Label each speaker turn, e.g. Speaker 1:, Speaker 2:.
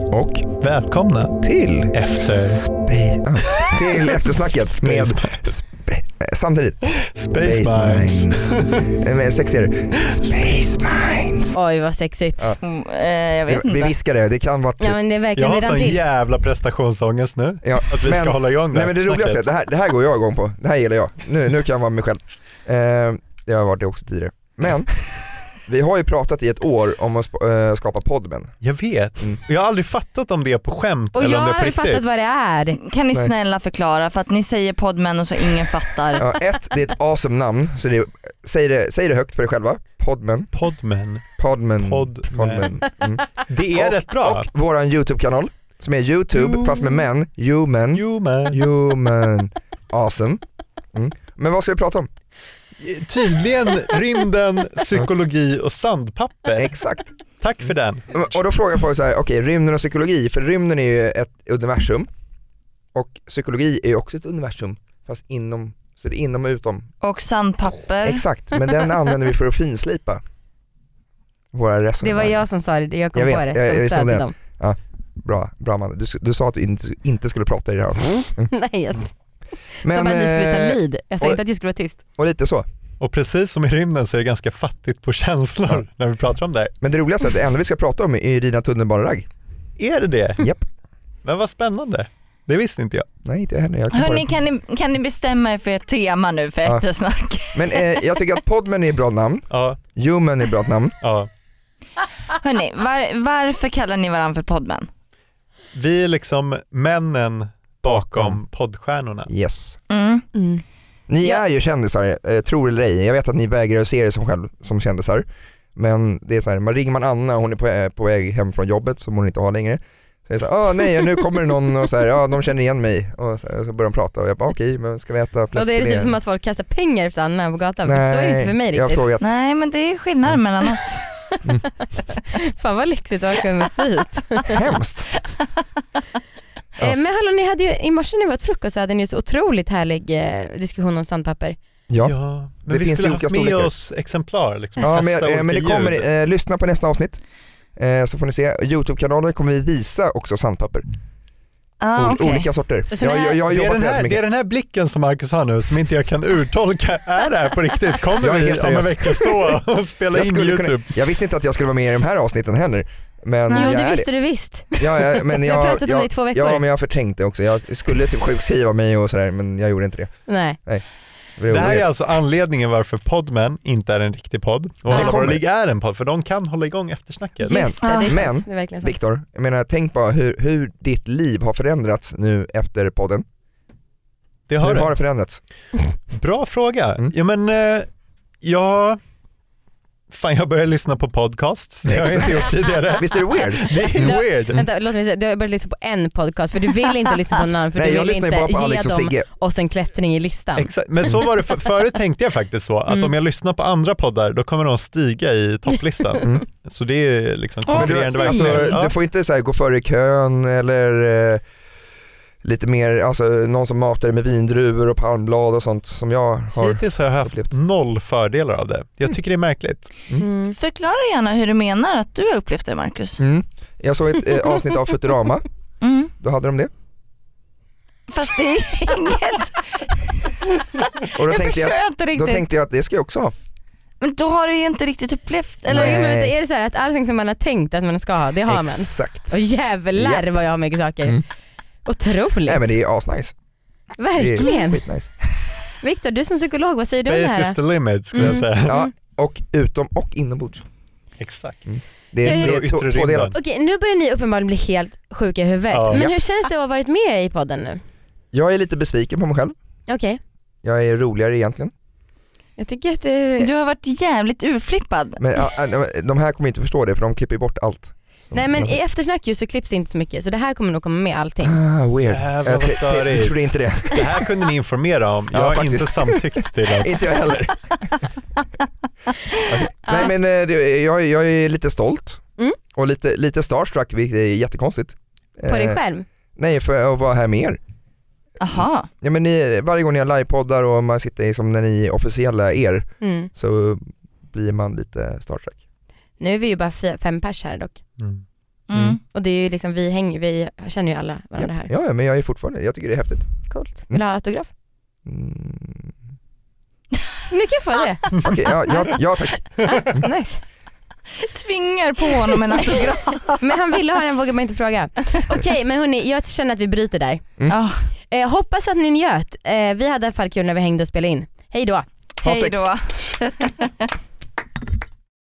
Speaker 1: och
Speaker 2: Välkomna
Speaker 1: till
Speaker 2: efter
Speaker 1: Space... Ah, till eftersnacket med... Sp- samtidigt.
Speaker 2: Space Mines.
Speaker 1: Eh, men Sexigare. Space Mines.
Speaker 3: Oj vad sexigt.
Speaker 1: Ja.
Speaker 4: Mm, eh, jag vet
Speaker 1: Vi, vi
Speaker 4: inte.
Speaker 1: viskar det, det kan vara...
Speaker 3: Ja men det är
Speaker 2: Jag
Speaker 3: verkligen
Speaker 2: har
Speaker 3: redan
Speaker 2: sån
Speaker 3: till.
Speaker 2: jävla prestationsångest nu.
Speaker 1: Ja,
Speaker 2: Att vi ska hålla igång det
Speaker 1: Nej
Speaker 2: här
Speaker 1: men det roligaste, är att det här, det här går jag igång på. Det här gillar jag. Nu, nu kan jag vara mig själv. Eh, det har jag varit det också tidigare. Men vi har ju pratat i ett år om att sp- eh, skapa Podmen.
Speaker 2: Jag vet.
Speaker 1: Mm.
Speaker 2: Jag har aldrig fattat om det är på skämt
Speaker 3: Och
Speaker 2: eller
Speaker 3: jag
Speaker 2: om det är på
Speaker 3: har
Speaker 2: riktigt.
Speaker 3: fattat vad det är.
Speaker 4: Kan ni
Speaker 1: Nej.
Speaker 4: snälla förklara för att ni säger podmen och så ingen fattar.
Speaker 1: Ja, ett, det är ett awesome namn, så det är, säg, det, säg det högt för dig själva. Podmen.
Speaker 2: Podman.
Speaker 1: Podmen.
Speaker 2: Podmen.
Speaker 1: Mm.
Speaker 2: Det är
Speaker 1: Och-
Speaker 2: rätt bra.
Speaker 1: Och vår YouTube-kanal som är YouTube
Speaker 2: Jo.
Speaker 1: fast med män, human,
Speaker 2: Jo men
Speaker 1: human, awesome. Mm. Men vad ska vi prata om?
Speaker 2: tydligen rymden, psykologi och sandpapper.
Speaker 1: Exakt.
Speaker 2: Tack för den.
Speaker 1: Och då frågar folk så här, okej rymden och psykologi, för rymden är ju ett universum och psykologi är ju också ett universum fast inom, så det är inom och utom.
Speaker 4: Och sandpapper.
Speaker 1: Exakt, men den använder vi för att finslipa våra
Speaker 3: Det var
Speaker 1: resonemang.
Speaker 3: jag som sa det, jag kom
Speaker 1: Jag vet,
Speaker 3: på det
Speaker 1: jag- jag
Speaker 3: som
Speaker 1: visste om
Speaker 3: stöd till
Speaker 1: det.
Speaker 3: dem.
Speaker 1: Bra, bra man. Du, du sa att du inte, inte skulle prata i det här
Speaker 3: Nej, jag sa
Speaker 1: Men,
Speaker 3: bara att ni skulle
Speaker 1: eh,
Speaker 3: ta lid. Jag sa
Speaker 1: och-
Speaker 3: inte att jag skulle vara tyst.
Speaker 1: och lite så.
Speaker 2: Och precis som i rymden så är det ganska fattigt på känslor när vi pratar om det här.
Speaker 1: Men det roligaste är att det enda vi ska prata om är ju dina tunnelbaneragg.
Speaker 2: Är det det?
Speaker 1: Japp.
Speaker 2: Men vad spännande. Det visste inte jag.
Speaker 1: Nej inte jag heller, jag kan bara-
Speaker 4: Hörni kan ni, kan ni bestämma er för ett tema nu för
Speaker 1: Ja.
Speaker 4: eftersnack?
Speaker 1: Men eh, jag tycker att Podman är ett bra namn,
Speaker 2: Ja,
Speaker 1: Human är ett bra namn.
Speaker 2: ja.
Speaker 4: Hörni, var, varför kallar ni varandra för podmen?
Speaker 2: Vi är liksom männen bakom poddstjärnorna.
Speaker 1: Yes.
Speaker 4: Mm.
Speaker 1: Ni
Speaker 4: Ja.
Speaker 1: är ju kändisar, eh, tror eller ej. Jag vet att ni vägrar att se er som, själv, som kändisar. Men det är så här, man ringer man Anna och hon är på, eh, på väg hem från jobbet som hon inte har längre. Så det är så här, ah, nej nu kommer det någon och så här, ah, de känner igen mig. Och så, här, så börjar de prata och jag bara okej men ska vi äta
Speaker 3: Och då är det
Speaker 1: fläskfilé?"
Speaker 3: typ som att folk kastar pengar efter Anna på gatan. Nej, så är det inte för mig
Speaker 1: jag har
Speaker 3: riktigt.
Speaker 1: frågat,
Speaker 4: Nej men det är skillnaden mellan oss.
Speaker 3: Fan vad lyxigt att ha kommit dit.
Speaker 1: hemskt. Ja.
Speaker 3: Eh, Men hallå, ni hade ju, i morse när vi åt frukost så hade ni ju så otroligt härlig eh, diskussion om sandpapper.
Speaker 1: Ja.
Speaker 2: men
Speaker 1: Det
Speaker 2: vi
Speaker 1: finns
Speaker 2: skulle
Speaker 1: ju
Speaker 2: haft
Speaker 1: olika
Speaker 2: med
Speaker 1: storlekar.
Speaker 2: oss exemplar. Liksom,
Speaker 1: Ja,
Speaker 2: testa
Speaker 1: men, eh,
Speaker 2: olika
Speaker 1: men det
Speaker 2: ljud.
Speaker 1: kommer, eh, lyssna på nästa avsnitt eh, så får ni se. Youtube-kanalen kommer vi visa också sandpapper.
Speaker 4: Ah,
Speaker 1: Ol-
Speaker 4: okej.
Speaker 1: Olika sorter.
Speaker 3: Så det här-
Speaker 1: jag, jag har
Speaker 2: det, är
Speaker 1: jobbat
Speaker 2: den här,
Speaker 1: väldigt
Speaker 2: det är
Speaker 1: mycket.
Speaker 2: den här blicken som Marcus har nu som inte jag kan urtolka. Är det här på riktigt? Kommer
Speaker 1: Jag är
Speaker 2: vi
Speaker 1: helt
Speaker 2: om en
Speaker 1: seriös.
Speaker 2: vecka stå och spela
Speaker 1: Jag,
Speaker 2: in
Speaker 1: skulle
Speaker 2: YouTube?
Speaker 1: kunna, jag visste inte att jag skulle vara med i de här avsnitten heller. Men
Speaker 3: Jo
Speaker 1: jag
Speaker 3: det
Speaker 1: är det.
Speaker 3: visste du visst.
Speaker 1: Ja, ja, men
Speaker 3: Vi
Speaker 1: jag,
Speaker 3: har pratat om
Speaker 1: jag,
Speaker 3: det i två veckor.
Speaker 1: Ja men jag har förträngt det också. Jag skulle typ sjukskriva mig och sådär men jag gjorde inte det.
Speaker 3: Nej.
Speaker 1: Det,
Speaker 2: Det här är
Speaker 1: jag...
Speaker 2: alltså anledningen varför Podmen inte är en riktig podd och
Speaker 3: Det
Speaker 2: Hålla Våra
Speaker 1: kommer.
Speaker 2: Ligg är en podd för de kan hålla igång eftersnacket.
Speaker 1: Men-
Speaker 3: Just det, det är
Speaker 1: men-
Speaker 3: sant. det är verkligen sant.
Speaker 1: Viktor, jag menar tänk bara hur, hur ditt liv har förändrats nu efter podden.
Speaker 2: Det
Speaker 1: Hur
Speaker 2: har
Speaker 1: har
Speaker 2: det.
Speaker 1: det förändrats?
Speaker 2: Bra fråga.
Speaker 1: Mm.
Speaker 2: Ja men eh, jag... Fan jag börjar lyssna på podcasts, det har jag inte gjort tidigare.
Speaker 1: Visst är det weird?
Speaker 2: Det är weird.
Speaker 1: Mm.
Speaker 3: Vänta, låt mig säga, du har börjat lyssna på en podcast för du vill inte lyssna på någon annan för
Speaker 1: Nej
Speaker 3: du
Speaker 1: jag
Speaker 3: vill
Speaker 1: lyssnar ju bara
Speaker 3: inte
Speaker 1: på
Speaker 3: ge
Speaker 1: Alex och
Speaker 3: dem
Speaker 1: Sigge.
Speaker 3: oss en klättring i listan.
Speaker 2: Exakt. Men så var det, för, förut tänkte jag faktiskt så att
Speaker 3: Mm.
Speaker 2: om jag lyssnar på andra poddar då kommer de stiga i topplistan.
Speaker 1: Mm.
Speaker 2: Så det är liksom
Speaker 4: Åh,
Speaker 1: Men
Speaker 2: konkurrerande
Speaker 1: du,
Speaker 2: verksamhet.
Speaker 1: alltså,
Speaker 2: ja.
Speaker 1: du får inte så här gå före i kön eller eh, lite mer, alltså någon som matar dig med vindruvor och palmblad och sånt som jag har.
Speaker 2: Hittills har jag haft
Speaker 1: upplevt.
Speaker 2: noll fördelar av det. Jag tycker det är märkligt.
Speaker 3: Mm.
Speaker 4: Förklara gärna hur du menar att du har upplevt det Marcus.
Speaker 1: Mm. Jag såg ett eh, avsnitt av Futurama,
Speaker 4: Mm.
Speaker 1: då hade de det.
Speaker 4: Fast det är inget,
Speaker 1: Och då
Speaker 4: jag
Speaker 1: tänkte jag,
Speaker 4: förstår
Speaker 1: att,
Speaker 4: inte
Speaker 1: då
Speaker 4: riktigt.
Speaker 1: tänkte jag att det ska jag också ha.
Speaker 4: Men då har du ju inte riktigt upplevt, eller
Speaker 1: Nej.
Speaker 3: Jo, men vänta, är det så här att allting som man har tänkt att man ska ha, det har man?
Speaker 1: Exakt.
Speaker 3: Och jävlar vad jag har mycket saker.
Speaker 1: Mm.
Speaker 3: Otroligt.
Speaker 1: Nej men det är asnice. Det är
Speaker 3: Verkligen.
Speaker 1: skitnice.
Speaker 3: Viktor, du som psykolog, vad säger du om det
Speaker 2: Space
Speaker 3: här?
Speaker 2: is the limit skulle
Speaker 3: Mm.
Speaker 2: jag säga.
Speaker 1: Ja, och utom och inombords.
Speaker 2: Exakt.
Speaker 1: Mm. Det är,
Speaker 3: Inre
Speaker 1: det
Speaker 2: och
Speaker 1: är
Speaker 2: yttre
Speaker 1: två-
Speaker 2: rymden.
Speaker 1: tvådelat.
Speaker 3: Okej, nu börjar ni uppenbarligen bli helt sjuka i huvudet.
Speaker 2: Ja.
Speaker 3: Men
Speaker 1: Ja.
Speaker 3: hur känns det att ha varit med i podden nu?
Speaker 1: Jag är lite besviken på mig själv.
Speaker 3: Okej,
Speaker 1: Jag är roligare egentligen.
Speaker 3: jag tycker att du...
Speaker 4: Du har varit jävligt urflippad.
Speaker 1: Men ja, ja, de här kommer inte förstå det för de klipper ju bort allt. Som-
Speaker 3: Nej men i eftersnack just så klipps det inte så mycket så det här kommer nog komma med allting.
Speaker 1: Ah, weird.
Speaker 2: Jävlar,
Speaker 1: Jag
Speaker 2: vad
Speaker 1: t- t-
Speaker 2: störigt.
Speaker 1: jag trodde inte det.
Speaker 2: Det här kunde ni informera om. Jag
Speaker 1: Ja,
Speaker 2: har
Speaker 1: faktiskt.
Speaker 2: inte samtyckt till att
Speaker 1: inte jag heller. Okej. Nej men eh, det- jag, jag är lite stolt
Speaker 3: Mm.
Speaker 1: och lite, lite starstruck vilket är jättekonstigt.
Speaker 3: På dig
Speaker 1: Eh,
Speaker 3: själv.
Speaker 1: Nej för att vara här med er.
Speaker 4: Aha.
Speaker 1: Ja, men ni, varje gång ni har livepoddar och man sitter liksom när ni är officiella er
Speaker 3: Mm.
Speaker 1: så blir man lite starstruck.
Speaker 3: Nu är vi ju bara f- fem pers här dock.
Speaker 2: Mm.
Speaker 4: Mm.
Speaker 3: Och det är ju liksom, vi hänger vi känner ju alla varandra här.
Speaker 1: Ja, ja, men jag är fortfarande, jag tycker det är häftigt.
Speaker 3: Coolt. Vill du ha autograf?
Speaker 1: Mm.
Speaker 3: Nu kan jag få det.
Speaker 1: Okej, ja, ja, ja tack.
Speaker 3: Ah, nice.
Speaker 4: Tvingar på honom en autograf.
Speaker 3: Men han ville ha den vågar man inte fråga. Okej men hörni, jag känner att vi bryter där.
Speaker 1: Mm.
Speaker 4: Ah,
Speaker 3: Eh, hoppas att ni njöt. Eh, vi hade i alla fall kul när vi hängde och spelade in. Hej då.
Speaker 1: Ha
Speaker 4: hej
Speaker 1: sex.
Speaker 4: då.